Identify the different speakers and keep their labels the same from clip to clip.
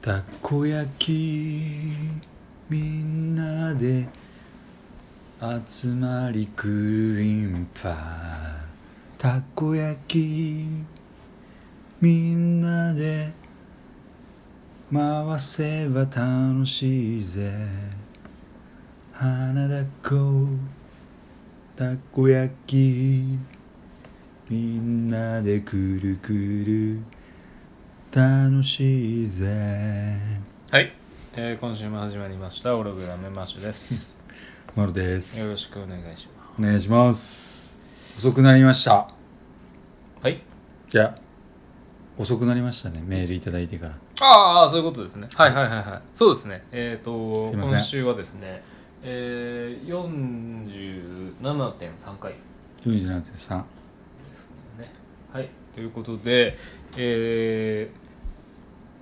Speaker 1: たこ焼きみんなで集まりクリンパたこ焼きみんなで回せば楽しいぜ花だったこ焼きみんなでくるくる楽しいぜ
Speaker 2: はい、えー、今週も始まりましたオログラムマッシュ です
Speaker 1: マロで
Speaker 2: よろ
Speaker 1: す
Speaker 2: しくお願いしま
Speaker 1: お願いします遅くなりました
Speaker 2: すはい
Speaker 1: いや遅くなりましたねメールいただいてから
Speaker 2: ああそういうことですねはいはいはいはいそうですねえっ、と
Speaker 1: すいません
Speaker 2: 今週はですねえー、47.3回
Speaker 1: 47.3
Speaker 2: ですねはいということでえ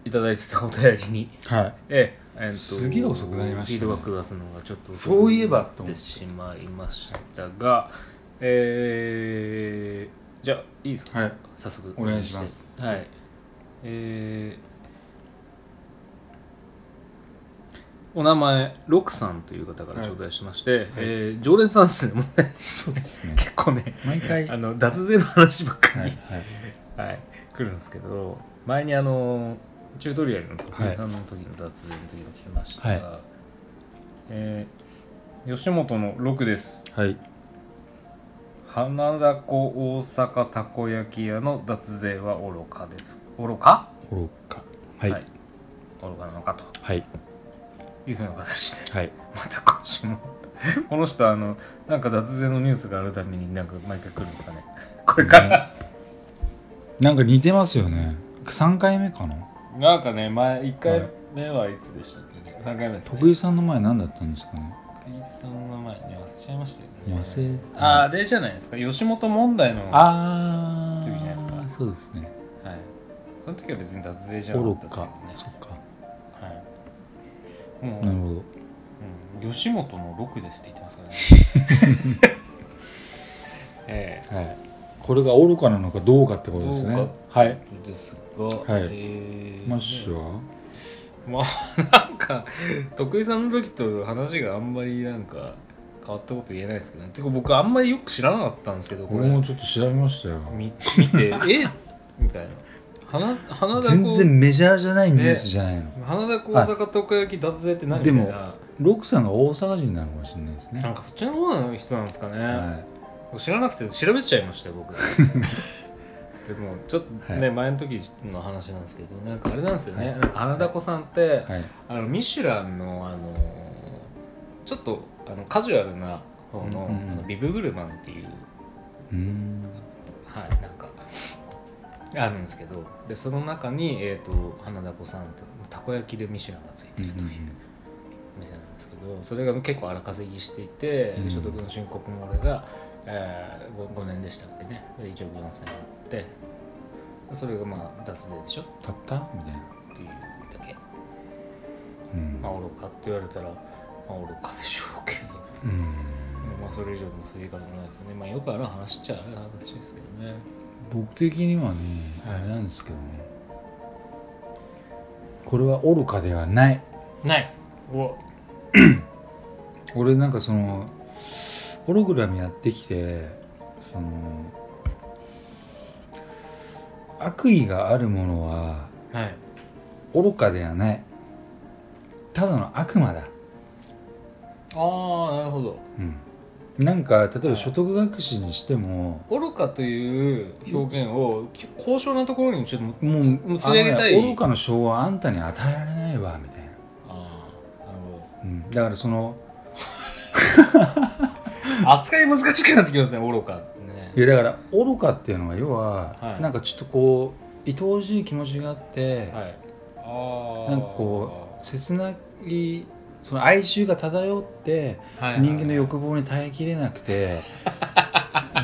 Speaker 2: ー、いただいてたお便りに
Speaker 1: はい
Speaker 2: えええーと
Speaker 1: すげえ遅くなりましたね
Speaker 2: フィードバック出すのがちょっと
Speaker 1: そういえばと思って
Speaker 2: ってしまいましたがえー、じゃあいいですか
Speaker 1: はい
Speaker 2: 早速
Speaker 1: お願いします
Speaker 2: はいえーお名前ロクさんという方から頂戴しまして、えー常連さんですねもうね
Speaker 1: そうですね
Speaker 2: 結構ね
Speaker 1: 毎回
Speaker 2: あの脱税の話ばっか
Speaker 1: はい
Speaker 2: り、
Speaker 1: はい
Speaker 2: はい来るんですけど前にあのチュートリアルの徳井さんの時の脱税の時に聞きましたが、えー吉本のロクです
Speaker 1: はい
Speaker 2: 花田湖大阪たこ焼き屋の脱税は愚かです愚か
Speaker 1: 愚かはい
Speaker 2: はい愚かなのかと
Speaker 1: はい
Speaker 2: いうふうな形で
Speaker 1: はい
Speaker 2: また今週も この人あのなんか脱税のニュースがあるためになんか毎回来るんですかね これから、
Speaker 1: なんか似てますよね3回目かな
Speaker 2: なんかね前1
Speaker 1: はい
Speaker 2: 回目はいつでしたっけ、ね、3回目です、ね、
Speaker 1: 徳井さんの前何だったんですかね
Speaker 2: 徳井さんの前に忘れちゃいましたよね
Speaker 1: 忘れ
Speaker 2: ああれじゃないですか吉本問題の
Speaker 1: あ
Speaker 2: は時じゃないですか
Speaker 1: ーそうですね
Speaker 2: いその時は別に脱税じゃなか
Speaker 1: 愚
Speaker 2: ったですけど
Speaker 1: か
Speaker 2: ね
Speaker 1: そっか
Speaker 2: はいもう
Speaker 1: なるほど
Speaker 2: うん、吉本の六ですって言ってますからね。 ええ
Speaker 1: はいこれが愚かなのかどうかってことです
Speaker 2: どう
Speaker 1: ね
Speaker 2: か
Speaker 1: はい
Speaker 2: ですが、
Speaker 1: はい
Speaker 2: ええ
Speaker 1: マッシュは
Speaker 2: まあ なんか徳井さんの時と話があんまりなんか変わったこと言えないですけど、ね、てか僕あんまりよく知らなかったんですけどこ
Speaker 1: 俺
Speaker 2: れ
Speaker 1: も
Speaker 2: 見
Speaker 1: ちょっと調べましたよ
Speaker 2: 見てえみたいな花花田
Speaker 1: 全
Speaker 2: こ
Speaker 1: 然メジャーじゃないニュースじゃないの
Speaker 2: 花田こ大阪たこ焼き脱税って何み
Speaker 1: で
Speaker 2: たい
Speaker 1: も
Speaker 2: な
Speaker 1: ロックさんが大阪人なのかもしれないですね
Speaker 2: なんかそっちの方の人なんですかね。
Speaker 1: は
Speaker 2: 知らなくて調べちゃいましたよ 僕でもちょっとね、
Speaker 1: はい
Speaker 2: 前の時の話なんですけどなんかあれなんですよね、
Speaker 1: はい
Speaker 2: なんか花田子さんって、
Speaker 1: いはい
Speaker 2: あのミシュランのあのーちょっとあのカジュアルな方の,、
Speaker 1: うんうん
Speaker 2: あのビブグルマンっていう
Speaker 1: うーん
Speaker 2: はいなんかあるんですけどでその中に、えー、と花田子さんとたこ焼きでミシュランがついてるという。店なんですけどそれが結構荒稼ぎしていて、
Speaker 1: うん
Speaker 2: 所得の申告も俺が、え 5, 年でしたっけねで1億4000円あってそれがまあ脱税でしょった
Speaker 1: ったみたいな
Speaker 2: ていうだけ
Speaker 1: うん
Speaker 2: まあ愚かって言われたら、まあ、愚かでしょうけど、
Speaker 1: うん
Speaker 2: まあそれ以上でもそれ以下でもないですよねまあよくある話っちゃある話ですけどね
Speaker 1: 僕的にはね
Speaker 2: はい
Speaker 1: あれなんですけどねこれは愚かではない
Speaker 2: ないお
Speaker 1: 俺なんかそのホログラムやってきてその悪意があるものは
Speaker 2: はい
Speaker 1: 愚かではないただの悪魔だ、
Speaker 2: ああなるほど
Speaker 1: うん、なんか例え
Speaker 2: は
Speaker 1: ば
Speaker 2: い
Speaker 1: 所得隠しにしても、
Speaker 2: 愚かという表現を高尚なところにちょっとも
Speaker 1: もう
Speaker 2: つもつり上げたい
Speaker 1: あのね愚かの賞はあんたに与えられないわみたいな、
Speaker 2: ああなるほど
Speaker 1: うん、だからその
Speaker 2: 扱い難しくなってきますね愚かね
Speaker 1: いやだから愚かっていうのは要は、
Speaker 2: はい
Speaker 1: なんかちょっとこう愛おしい気持ちがあって、
Speaker 2: はいあー
Speaker 1: なんかこ切ないその哀愁が漂って
Speaker 2: はいはい
Speaker 1: 人間の欲望に耐えきれなくて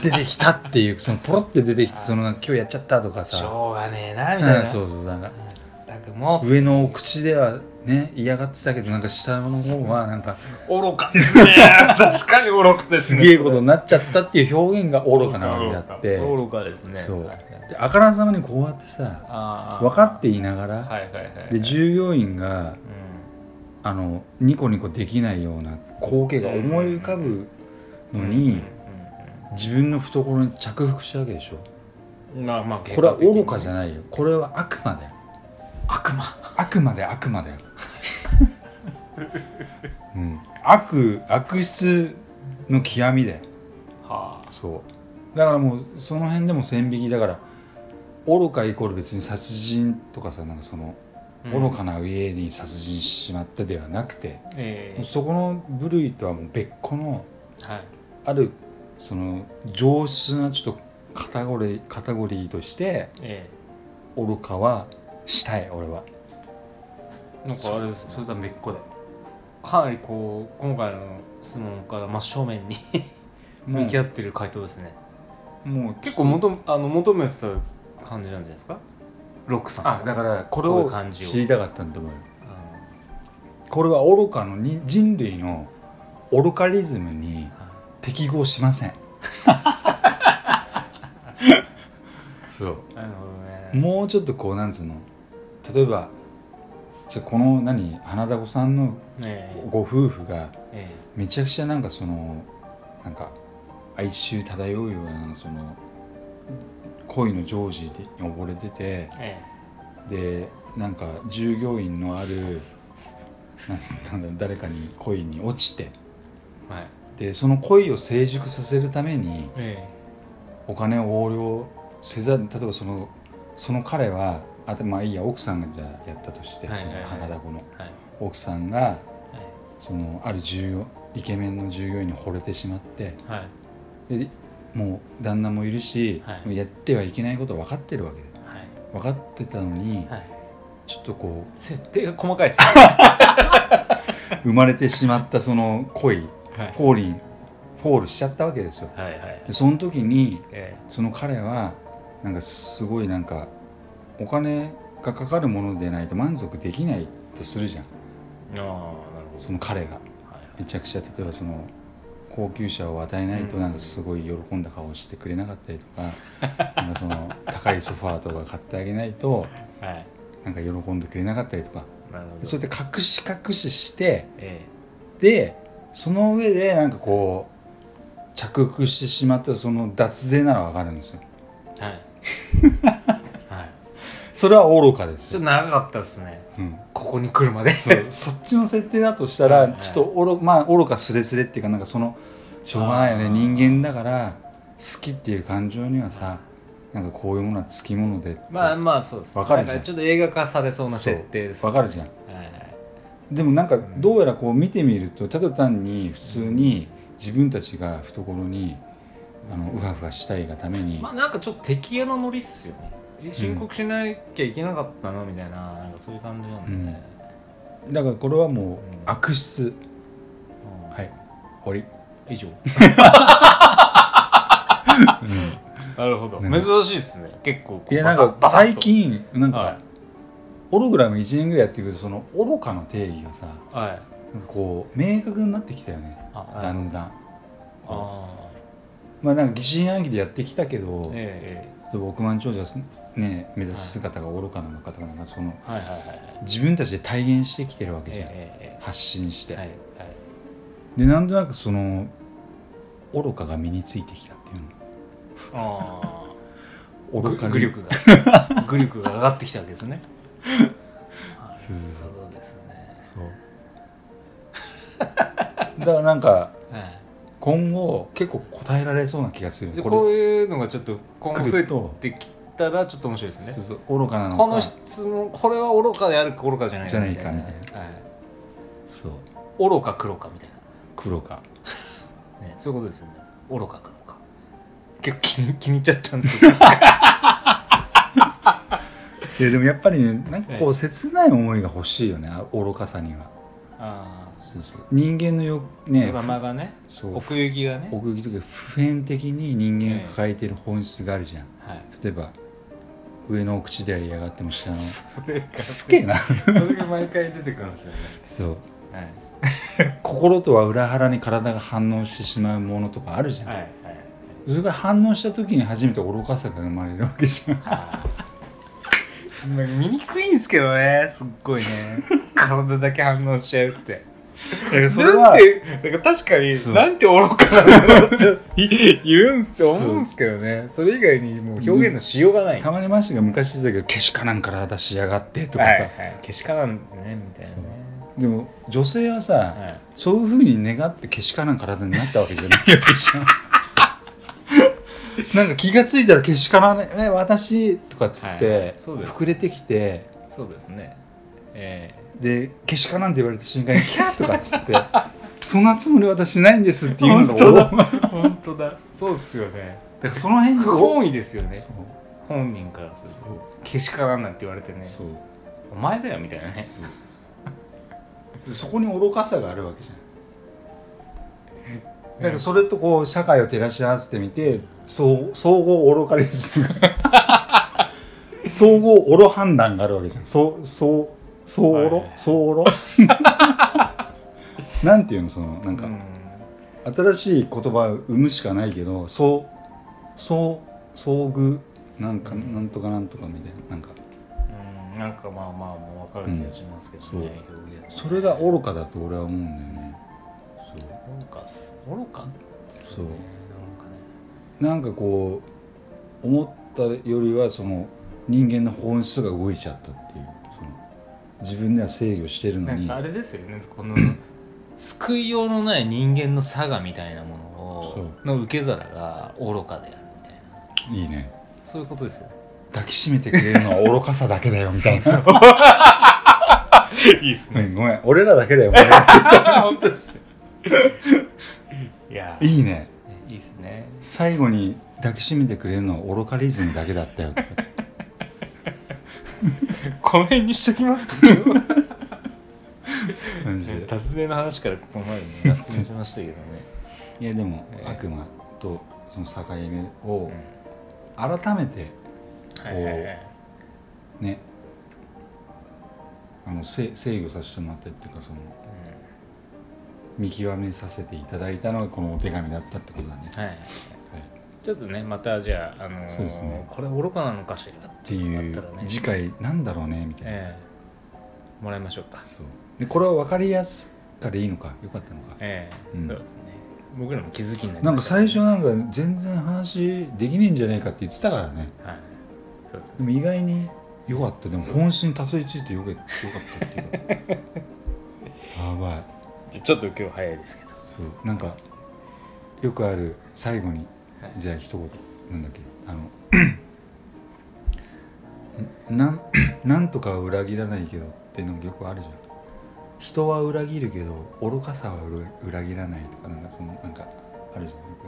Speaker 1: 出てきたっていうそのポロって出てきてその今日やっちゃったとか
Speaker 2: し
Speaker 1: さ、
Speaker 2: ょうがねえな
Speaker 1: う
Speaker 2: みたいな、
Speaker 1: んそうそうなんか
Speaker 2: ったくも
Speaker 1: 上のお口ではね嫌がってたけどなんか下の方はなんか
Speaker 2: う愚かですね 確かに愚か です
Speaker 1: す
Speaker 2: ね
Speaker 1: げえことになっちゃったっていう表現が愚かなわけであって
Speaker 2: 愚かですね
Speaker 1: そう
Speaker 2: はいはい
Speaker 1: であからさまにこうやってさ
Speaker 2: あー
Speaker 1: 分かって言いながら
Speaker 2: はいはいはいはい
Speaker 1: で従業員が
Speaker 2: う
Speaker 1: あのニコニコできないような光景が思い浮かぶ
Speaker 2: ん
Speaker 1: の
Speaker 2: うん
Speaker 1: に自分の懐に着服したわけでしょ
Speaker 2: うんうんまあまあ
Speaker 1: これは愚かじゃ
Speaker 2: い
Speaker 1: ないよこれは悪魔だよ
Speaker 2: 悪魔
Speaker 1: 悪魔で悪魔 だよ、うん、悪悪質の極みだよ
Speaker 2: はあ
Speaker 1: そうだからもうその辺でも線引きだから愚かイコール別に殺人とかさなんかその
Speaker 2: うん
Speaker 1: 愚かな家に殺人してしまったではなくて、
Speaker 2: ええ
Speaker 1: そこの部類とはもう別個の
Speaker 2: はい
Speaker 1: あるその上質なちょっとカタゴリーカタゴリーとして
Speaker 2: え
Speaker 1: 愚かはしたい俺は
Speaker 2: えなんかあれですね
Speaker 1: それとは別個で
Speaker 2: かなりこう今回の質問から真正面に
Speaker 1: も
Speaker 2: 向き合
Speaker 1: う
Speaker 2: ってる回答ですね
Speaker 1: もう
Speaker 2: 結構求めあの求めてた感じなんじゃないですかロックさん
Speaker 1: あだからこれ
Speaker 2: こうい
Speaker 1: を
Speaker 2: う感じを
Speaker 1: 知りたかったんだと思うよ
Speaker 2: うん
Speaker 1: これは愚かのに人類の愚かリズムに
Speaker 2: は
Speaker 1: 適合しませんそう
Speaker 2: いなるほどね
Speaker 1: もうちょっとこうなんつうの例えばじゃあこの何花田子さんの
Speaker 2: ええ
Speaker 1: ご夫婦が
Speaker 2: え
Speaker 1: めちゃくちゃなんかそのなんか哀愁漂うようなその恋の常時に溺れてて
Speaker 2: ええ
Speaker 1: でなんか従業員のあるなんなんだ誰かに恋に落ちて
Speaker 2: えはい
Speaker 1: でその恋を成熟させるために
Speaker 2: え
Speaker 1: お金を横領せざる例えばそのその彼はあでまあいいや奥さんがじゃあやったとして、
Speaker 2: はいはいはい
Speaker 1: その花田子の
Speaker 2: えはい
Speaker 1: 奥さんがそのある従業イケメンの従業員に惚れてしまって
Speaker 2: はい
Speaker 1: でもう旦那もいるし、
Speaker 2: はい
Speaker 1: もうやってはいけないこと分かってるわけで
Speaker 2: はい
Speaker 1: 分かってたのに、
Speaker 2: はい
Speaker 1: ちょっとこう
Speaker 2: 設定が細かいですね
Speaker 1: 生まれてしまったその恋
Speaker 2: はい
Speaker 1: フォーリンフォールしちゃったわけですよ
Speaker 2: はいはい
Speaker 1: でその時に
Speaker 2: え
Speaker 1: その彼はなんかすごいなんかお金がかかるものでないと満足できないとするじゃん
Speaker 2: えああなるほ
Speaker 1: その彼が
Speaker 2: どはいはい
Speaker 1: めちゃくちゃ例えばその高級車を与えないと
Speaker 2: うん
Speaker 1: なんかすごい喜んだ顔をしてくれなかったりとか なんかその高いソファーとか買ってあげないと
Speaker 2: はい
Speaker 1: なんか喜んでくれなかったりとか
Speaker 2: なるほど
Speaker 1: そうやって隠し隠しして
Speaker 2: え
Speaker 1: でその上でなんかこう着服してしまったその脱税ならわかるんですよ
Speaker 2: え はいはい
Speaker 1: それは愚かです
Speaker 2: ちょっ
Speaker 1: よ、
Speaker 2: と長かったですね
Speaker 1: うん、
Speaker 2: ここに来るまで
Speaker 1: そうそっちの設定だとした
Speaker 2: はい
Speaker 1: ら
Speaker 2: はい
Speaker 1: ちょっとおろ、まあ、愚かすれすれっていうかなんかそのしょうがないよ
Speaker 2: あ
Speaker 1: ね
Speaker 2: ー
Speaker 1: 人間だから好きっていう感情にはさなんかこういうものはつきもので
Speaker 2: まあ
Speaker 1: わ
Speaker 2: まあそうです
Speaker 1: わかるじゃん
Speaker 2: なんちょっと映画化されそうな設定です
Speaker 1: かるじゃん
Speaker 2: はいはい
Speaker 1: でもなんかどうやらこう見てみるとただ単に普通に自分たちが懐にあのうわふわしたいがために
Speaker 2: まあなんかちょっと敵屋のノリっすよねえ申告しなきゃいけなかったのみたいななんかそういう感じなんでね、
Speaker 1: だからこれはもう
Speaker 2: うん
Speaker 1: 悪質
Speaker 2: うん
Speaker 1: はい終わ
Speaker 2: 以上
Speaker 1: り、うん
Speaker 2: なるほ ど
Speaker 1: なんか
Speaker 2: 珍しいっすね結構こう
Speaker 1: いやな
Speaker 2: バサ
Speaker 1: ん
Speaker 2: ッ
Speaker 1: か
Speaker 2: バサッと
Speaker 1: 最近なん
Speaker 2: は
Speaker 1: かオログラム1年ぐらいやってるけどその愚かの定義がさ
Speaker 2: いはい
Speaker 1: なんかこう明確になってきたよね
Speaker 2: あな
Speaker 1: だ
Speaker 2: るほど
Speaker 1: んだん
Speaker 2: あ
Speaker 1: まあなんか疑心暗鬼でやってきたけど、
Speaker 2: ーえええ
Speaker 1: ちょっと億万長者ね目指す姿が愚かなのかとかなんかその
Speaker 2: えはいはいはいはい
Speaker 1: 自分たちで体現してきてるわけ
Speaker 2: え
Speaker 1: じゃん、
Speaker 2: え
Speaker 1: 発信し
Speaker 2: えええ
Speaker 1: て、
Speaker 2: はいはい
Speaker 1: でなんとなくその愚かが身についてきたっていう
Speaker 2: ああ
Speaker 1: の
Speaker 2: 愚
Speaker 1: 愚かに
Speaker 2: 愚力が 愚力が上がってきたわけですね。はい
Speaker 1: そうそうそう
Speaker 2: そうですね。
Speaker 1: そう だからなんか
Speaker 2: はい
Speaker 1: 今後結構答えられそうな気がする
Speaker 2: で
Speaker 1: こ
Speaker 2: こう
Speaker 1: れ
Speaker 2: いうのがちょっと今後増
Speaker 1: 来
Speaker 2: え
Speaker 1: ると
Speaker 2: てきたらちょっと面白いですね
Speaker 1: そ。うそう愚かなのか
Speaker 2: この質問これは愚かであるか愚かじゃない
Speaker 1: じゃないかみたい
Speaker 2: はい
Speaker 1: そう
Speaker 2: 愚か黒かみたい
Speaker 1: 黒か
Speaker 2: な、ね、そういうことですよね愚か黒か結構気に 気に入っちゃったんですけど
Speaker 1: いやでもやっぱりねなんかこう切ない思いが欲しいよねあ愚かさには
Speaker 2: あ
Speaker 1: そうそう人間のよ
Speaker 2: ー
Speaker 1: ね
Speaker 2: ドラマがね
Speaker 1: そう
Speaker 2: 奥行きがね、
Speaker 1: 奥行きとか普遍的に人間が抱えている本質があるじゃん、
Speaker 2: はい、
Speaker 1: 例えば上のお口では嫌がっても下のす
Speaker 2: それが
Speaker 1: げえな
Speaker 2: それが毎回出てくるんですよね
Speaker 1: そう
Speaker 2: はい
Speaker 1: 心とは裏腹に体が反応してしまうものとかあるじゃん、
Speaker 2: はいはい
Speaker 1: それが反応した時に初めて愚かさが生まれるわけじゃん
Speaker 2: あーなんか見にくいんですけどねすっご いね体だけ反応しちゃうって
Speaker 1: それは
Speaker 2: なんてなんか確かに
Speaker 1: そう
Speaker 2: なんて愚かなんだろうって言うんすって思うんすけどねそれ以外にもう表現のしようがない
Speaker 1: たまにましたが昔言ってたけど「けしからん体しやがって」とか
Speaker 2: は
Speaker 1: さ、
Speaker 2: いはい、けしからんねみたいなね
Speaker 1: でも女性はさ、
Speaker 2: はい
Speaker 1: そういうふうに願ってけしからん体になったわけじゃないわけじゃん なんか気が付いたらけしからんえ私とかっつって、
Speaker 2: はいそうです
Speaker 1: 膨れてきて
Speaker 2: そうですねえ
Speaker 1: でけしからんって言われた瞬間にキャーとかっつって そんなつもりは私ないんですって
Speaker 2: え
Speaker 1: いうのが
Speaker 2: 本当だ
Speaker 1: だか
Speaker 2: 本当だそうっすよね
Speaker 1: らその辺
Speaker 2: 不
Speaker 1: が
Speaker 2: 本意ですよ
Speaker 1: そ
Speaker 2: ね
Speaker 1: う
Speaker 2: 本人からすると
Speaker 1: そう
Speaker 2: けしからんなんて言われてね
Speaker 1: そう
Speaker 2: お前だよみたいなね
Speaker 1: でそこに愚かさがあるわけじゃんなんかそれとこう社会を照らし合わせてみてそう総合愚かレ ス総合愚判断があるわけじゃんそうそうそう
Speaker 2: はい
Speaker 1: 愚そう愚 なんていうのそのなんか、
Speaker 2: うん
Speaker 1: 新しい言葉を生むしかないけどそうそう遭遇なんか
Speaker 2: うん
Speaker 1: なんとかなんとかみたいななんか
Speaker 2: うんなんかまあまあもう分かる気がしますけどね、表現
Speaker 1: それが愚かだと俺は思うんだよねそう
Speaker 2: 愚かっす愚かっす
Speaker 1: そう
Speaker 2: ねなんかね
Speaker 1: なんかこう思ったよりはその人間の本質が動いちゃったっていうその自分では制御してるの
Speaker 2: なん
Speaker 1: に
Speaker 2: かあれですよねこの救いようのない人間の差がみたいなものをの受け皿が愚かであるみたいな
Speaker 1: い
Speaker 2: い
Speaker 1: ね
Speaker 2: そういうことですよね
Speaker 1: 抱きしめてくれるのは愚かさだけだよみたいな
Speaker 2: いいっ す
Speaker 1: うん ごめん俺らだけだよ
Speaker 2: 本当ですねいやい
Speaker 1: いいね
Speaker 2: いっすね
Speaker 1: 最後に抱きしめてくれるのは愚かリズムだけだったよとか
Speaker 2: この辺にしときます
Speaker 1: 感じで
Speaker 2: 達成の話からここまでね脱線しましたけどね、
Speaker 1: いやでも、
Speaker 2: えー
Speaker 1: 悪魔とその境目を
Speaker 2: うん
Speaker 1: 改めて
Speaker 2: はいはいはい
Speaker 1: ねあのせ制御させてもらってっていうかその見極めさせていただいたのがこのお手紙だったってことだね。
Speaker 2: はい、ちょっとねまたじゃあ、あのー
Speaker 1: そうですね
Speaker 2: これ愚かなのかしらっ
Speaker 1: ってて
Speaker 2: い
Speaker 1: いう
Speaker 2: の
Speaker 1: う
Speaker 2: があったらね
Speaker 1: 次回なんだろうねみたいな、
Speaker 2: ええもらいましょうか
Speaker 1: そうでこれは分かりやすかでいいのかよかったのか、
Speaker 2: ええ
Speaker 1: うん
Speaker 2: そうですね僕らも気づきになり
Speaker 1: なん
Speaker 2: ま
Speaker 1: か
Speaker 2: したね
Speaker 1: 最初なんか全然話できねえんじゃねえかって言ってたからね
Speaker 2: はいそうですね
Speaker 1: でも意外によかったでも
Speaker 2: そうです
Speaker 1: 本質にたどり着いてよかったよかったっていうかや ばい
Speaker 2: じゃあちょっと今日早いですけど
Speaker 1: そうなんかよくある最後に、
Speaker 2: はい
Speaker 1: じゃあ一言なんだっけあの なんなんとかは裏切らないけどってのよくあるじゃん人は裏切るけど愚かさは裏裏切らないとかなんかそのなんかあるじゃんよ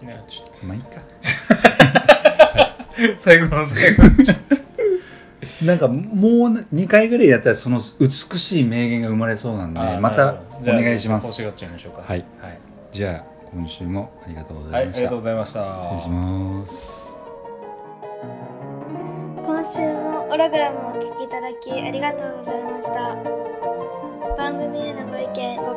Speaker 1: くなんか
Speaker 2: ねちょっ
Speaker 1: まあいいか
Speaker 2: と 最後の最 後にちょっ
Speaker 1: なんかもう2回ぐらいやったらその美しい名言が生まれそうなん
Speaker 2: と
Speaker 1: で
Speaker 2: あー
Speaker 1: また
Speaker 2: なるほ
Speaker 1: お
Speaker 2: どじゃあ
Speaker 1: 願いしま
Speaker 2: ちょっと
Speaker 1: す
Speaker 2: こうしがっちゃいましょうか
Speaker 1: はい、
Speaker 2: はい
Speaker 1: じゃあ今週もありがとうご
Speaker 2: は
Speaker 1: ざ
Speaker 2: い、あ
Speaker 1: いまし
Speaker 2: りがと
Speaker 1: た、
Speaker 2: うございました
Speaker 1: 失礼します
Speaker 3: 今週もオログラムをお聞きいただきありがとうございました番組へのご意見ご